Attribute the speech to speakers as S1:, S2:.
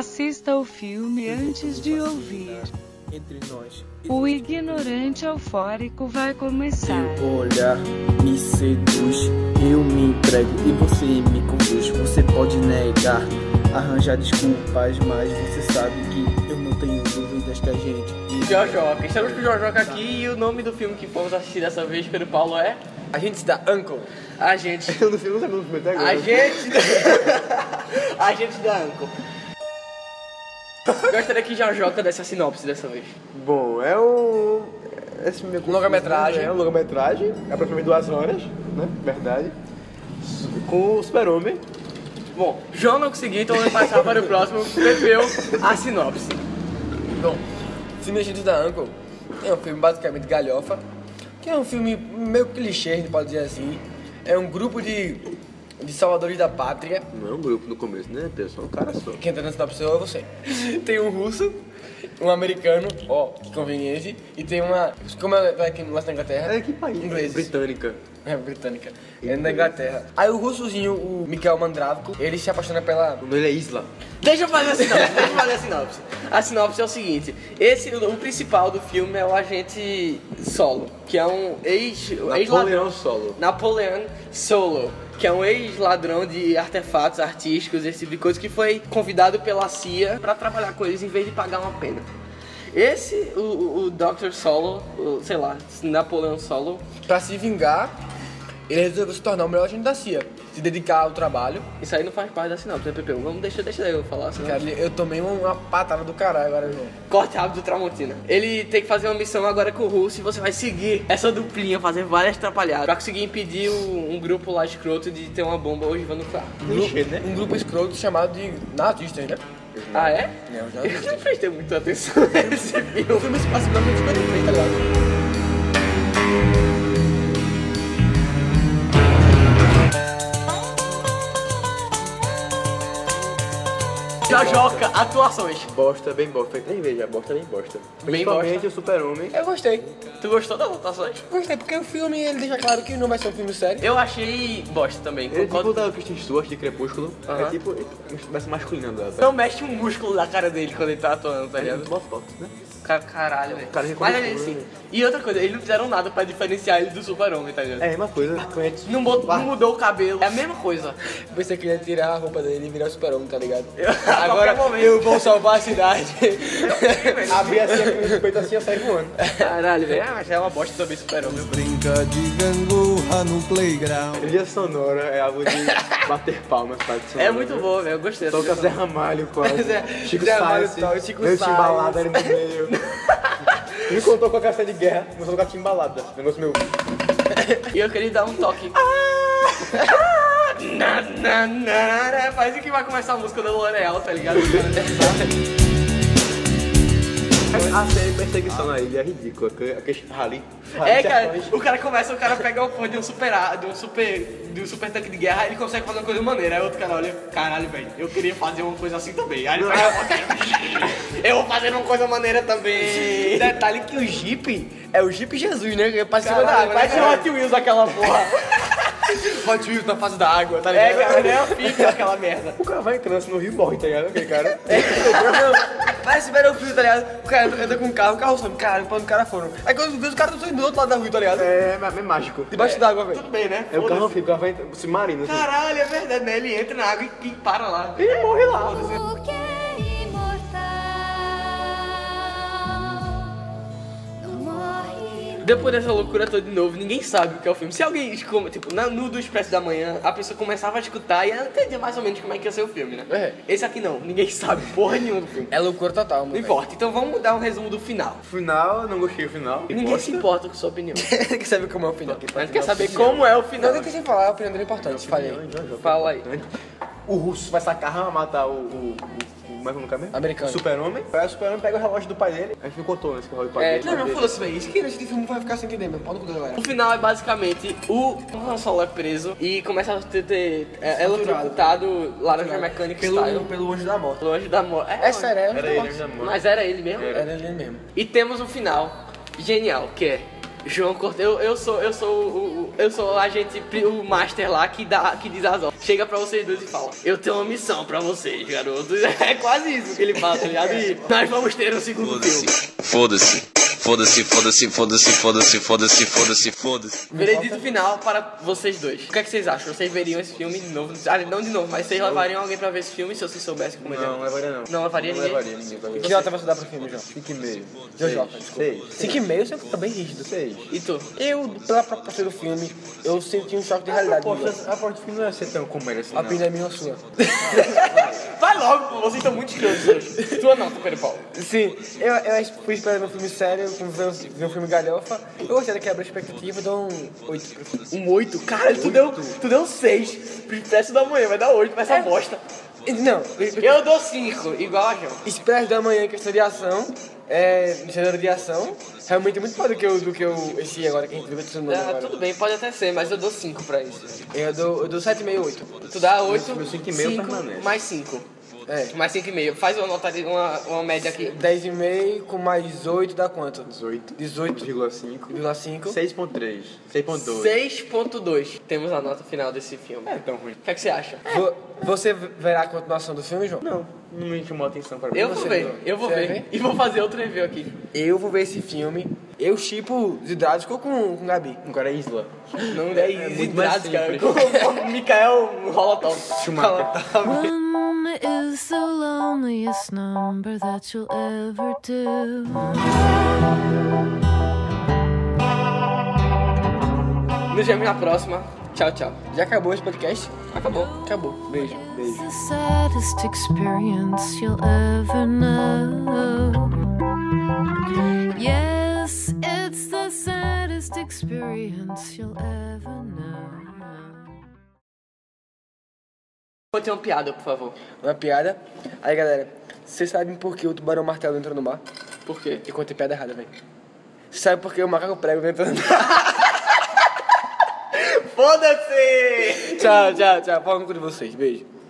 S1: Assista o filme antes de ouvir.
S2: Entre nós.
S1: O ignorante eufórico vai começar.
S2: Teu olhar me seduz, eu me entrego e você me conduz. Você pode negar, arranjar desculpas, mas você sabe que eu não tenho dúvidas que a gente.
S3: Jojoca, estamos com o Jojoca aqui e o nome do filme que fomos assistir dessa vez pelo Paulo é.
S2: A gente se dá Uncle.
S3: A gente.
S2: Eu não sei o nome até
S3: A gente. a gente da Anco. Gostaria que Jojoca desse a sinopse dessa vez.
S4: Bom, é um. Esse meu
S3: Longa-metragem.
S4: É um longa-metragem, aproximadamente duas horas, né? Verdade. Com o Super-Homem.
S3: Bom, João não conseguiu, então vamos passar para o próximo. Pepeu, a sinopse.
S5: Bom, Cinegito da Uncle é um filme basicamente galhofa, que é um filme meio clichê, a gente pode dizer assim. É um grupo de, de salvadores da pátria.
S4: Não é um grupo no começo, né, pessoal? Um cara só.
S5: Quem tá na sinopse é você. Tem um russo, um americano, ó, que conveniente, e tem uma. Como é lá aqui lá na Inglaterra?
S4: É que país?
S5: Ingleses.
S4: Britânica.
S5: É britânica. É na Inglaterra. Aí o russozinho, o Mikhail Mandravko, ele se apaixona pela.
S4: O nome dele é Isla.
S3: Deixa eu fazer a sinopse, deixa eu fazer a sinopse. A sinopse é o seguinte: esse, o principal do filme é o agente Solo, que é um ex. ex-ladrão.
S4: Napoleão Solo.
S3: Napoleon Solo, que é um ex-ladrão de artefatos artísticos, esse tipo de coisa, que foi convidado pela CIA pra trabalhar com eles em vez de pagar uma pena. Esse, o, o, o Dr. Solo, o- sei lá, Napoleon Solo,
S5: Pra se vingar, ele resolveu se tornar o melhor agente da CIA. Se dedicar ao trabalho.
S3: isso aí não faz parte da sinopse, né, Pepe? Vamos deixar, deixa eu falar, senão...
S5: Cara, eu tomei uma patada do caralho agora, João.
S3: Corte rápido do Tramontina. Ele tem que fazer uma missão agora com o Russo e você vai seguir essa duplinha, fazer várias atrapalhadas pra conseguir impedir o- um grupo lá escroto de ter uma bomba hoje no nuclear.
S4: Clichê, né?
S5: Um grupo escroto chamado de nazistas, né?
S3: Ah, é?
S5: Não, os
S3: Eu
S5: nazistas.
S3: não prestei muita atenção nesse filme.
S5: o filme se passa em 1953, tá ligado?
S3: Jojoca, atuações.
S4: Bosta, bem bosta. Nem veja, bosta, bem bosta. É,
S3: Bem
S4: Principalmente o Super-Homem.
S5: Eu gostei.
S3: Tu gostou das atuações?
S5: Gostei, porque o filme, ele deixa claro que não vai ser um filme sério.
S3: Eu achei bosta também.
S4: Ele é tipo o
S3: concordo.
S4: da Kristen Stewart de Crepúsculo.
S3: Aham.
S4: É tipo. ele Vai se masculinando ela.
S3: Não mexe um músculo da cara dele quando ele tá atuando, tá
S4: tá? É
S3: ligado?
S4: uma foto, né?
S3: Ca- Caralho, velho.
S4: Cara, ele
S3: Mas
S4: colocou,
S3: ele assim.
S4: né?
S3: E outra coisa, eles não fizeram nada pra diferenciar ele do super-homem, tá ligado?
S4: É a mesma coisa. quando a gente-
S3: Não, bot- não mudou o cabelo. É a mesma coisa.
S5: Você queria tirar a roupa dele e virar o super-homem, tá ligado?
S3: Eu- a
S5: Agora
S3: qualquer momento.
S5: eu vou salvar a cidade.
S4: Abrir assim, aquele peito assim, eu saio voando.
S3: Caralho, velho. Ah, já é uma bosta também super-homem.
S6: Brinca de gangorra no playground.
S4: Trilha sonora é algo de bater palmas, sabe?
S3: É muito bom, velho. Eu gostei. dessa
S4: Toca
S3: versão.
S4: Zé Ramalho quase.
S5: Zé-
S4: Chico
S5: Zé Ramalho
S4: Sainz.
S5: tal, Chico
S4: Deu
S5: Sainz.
S4: timbalada ali no meio. Me contou com a caça de guerra, começou a tocar timbalada. Negócio meu.
S3: E eu queria dar um toque. Ah! Na, na, na, na. Parece que vai começar a música da L'Oreal, tá ligado?
S4: A série Ah, Perseguição na Ilha é ridícula. que- Aqueles rally.
S3: É, cara, o cara começa, o cara pega o fone de um super, a- de um super, de um super tanque de guerra, ele consegue fazer uma coisa maneira. Aí outro cara olha, caralho, velho, eu queria fazer uma coisa assim também. Aí ele pega o fone, eu vou fazer uma coisa maneira também.
S5: Detalhe que o Jeep é o Jeep Jesus, né? Que Participa da
S3: Caralho,
S5: água, né,
S3: vai ser
S5: cara?
S3: Hot Wheels aquela porra.
S5: Hot Wheels na fase da água, tá
S3: É,
S5: ligado?
S3: cara, nem a fica aquela merda.
S4: O cara vai entrando assim no Rio e morre, tá ligado? Aquele cara.
S5: Parece Battlefield, tá ligado? O cara anda com um carro, o carro some, caralho, pra onde o cara foram. Aí quando vê, os caras estão do outro lado da rua, tá ligado?
S4: É, é, é mágico.
S5: Debaixo d'água, velho.
S3: Tudo bem, né?
S4: É o
S3: Foda-se.
S4: carro anfíbio, o cara vai entrando. Submarino. assim.
S3: Caralho, é verdade, né? Ele entra na água e, e para lá.
S4: E morre lá.
S7: Porque é imortal não morre.
S3: Depois dessa loucura toda de novo, ninguém sabe o que é o filme. Se alguém, esco- tipo, na- no do Expresso da Manhã, a pessoa começava a escutar e ela entendia mais ou menos como é que ia ser o filme, né?
S5: É.
S3: Esse aqui não, ninguém sabe porra nenhuma do filme.
S5: É loucura total, mano.
S3: Não importa, então vamos dar um resumo do final.
S4: Final, não gostei do final.
S3: Ninguém se importa com sua opinião.
S5: quer saber como é o final?
S3: A gente quer saber como é o final.
S5: Não, eu sem falar, a opinião dele é importante, falei.
S3: Fala aí.
S4: O russo vai sacar a matar o. o, o como é que é o nome do cara mesmo?
S5: Americano.
S4: O Super-Homem. Aí o Super-Homem pega o relógio do pai dele. Aí ficou tonto esse relógio do pai
S3: É,
S4: dele.
S5: Não, não, foda-se, velho. Isso que esse filme vai ficar sem entender, meu. Pau no cu da galera.
S3: O final é basicamente o Han Solo é preso e começa a ter, ter é, eletrocutado laranja mecânica
S5: Pelo,
S3: style.
S5: pelo anjo da morte.
S3: Longe da morte.
S5: É sério, é anjo
S4: Era
S5: da
S4: ele,
S5: morte.
S4: né, amor?
S3: Mas era ele mesmo?
S5: Era ele mesmo.
S3: E temos um final genial, que é João Cortez, eu, eu sou, eu sou o, o- eu sou o agente, pri- o master lá que dá, que diz as ordens. Chega pra vocês dois e fala: "Eu tenho uma missão pra vocês, garotos". É quase isso que ele fala, tá ligado? E nós vamos ter um segundo filme.
S8: Foda-se. Foda-se, foda-se, foda-se, foda-se, foda-se, foda-se, foda-se.
S3: Veredito final para vocês dois. O que é que vocês acham? Vocês veriam esse filme de novo? Ah, não de novo, mas vocês levariam alguém pra ver esse filme se vocês soubessem como ele é?
S4: Não, não levaria não.
S3: Não levaria
S4: Não
S3: ninguém?
S4: levaria ninguém pra ver.
S5: Que nota você dá pro filme, João?
S4: Cinco e meio.
S5: Jojoca,
S4: Seis.
S5: Cinco e meio sempre tá bem rígido.
S4: Seis.
S3: E tu?
S5: Eu, pela proposta do filme, eu senti um choque de realidade. Miguel.
S4: A porta do filme não ia ser tão comédia assim,
S5: A
S4: não.
S5: opinião é minha ou sua?
S3: Vai logo, pô, vocês estão muito estranhos hoje. Tua não, tu, Pedro Paulo.
S5: Sim, eu, eu fui esperando um filme sério, como ver um, ver um filme galhofa. Eu gostei da quebra de expectativa, dou um 8 pro filme.
S3: Um oito? Caralho, tu deu, tu deu seis. Expresso da manhã, vai dar oito pra essa
S5: É.
S3: bosta.
S5: E Não,
S3: Eu dou cinco, igual a João.
S5: Expresso da Manhã em questão de ação, é, no cenário de ação, realmente é muito mais do que, o, do que o, esse agora que a gente viu, esse nome
S3: Ah,
S5: agora.
S3: tudo bem, pode até ser, mas eu dou cinco pra isso.
S5: Eu dou, eu dou 7,5, 8.
S3: Tu dá oito,
S4: meu cinco e meio
S3: cinco,
S4: permanece.
S3: mais cinco.
S5: É,
S3: Mais cinco e meio. Faz uma nota, de- uma, uma média aqui.
S5: 10,5 com mais 8 dá quanto?
S4: 18.
S5: 18,5.
S4: 18,5. 6.3. 6.2.
S3: 6.2 temos a nota final desse filme.
S4: Não é tão ruim.
S3: O que, é que você acha?
S5: Vo- Você verá a continuação do filme, João?
S4: Não, não me chamou a atenção pra mim.
S3: Eu vou ver, eu vou
S5: Você
S3: ver.
S5: vai
S3: E vou fazer outro review aqui.
S5: Eu vou ver esse filme. Eu chipo Zidrados com, com Gabi.
S4: Agora é Isla.
S3: Não é, é
S4: muito
S3: cara.
S4: mais simples.
S3: Com o Mikael Rolotov.
S7: One moment is the loneliest number that you'll ever do.
S3: Nos vemos na próxima. Tchau, tchau.
S5: Já acabou esse podcast? Acabou. Acabou. Beijo.
S7: It's the saddest experience you'll ever know. Yes, it's the saddest experience you'll ever know.
S3: Vou ter uma piada, por favor.
S5: Uma piada. Aí, galera, vocês sabem por que o tubarão martelo entra no mar?
S3: Por quê?
S5: Eu contei piada errada, velho. Vocês sabem por que o macaco prego entra no mar?
S3: Foda-se!
S5: tchau, tchau, tchau. Palma com vocês. Beijo.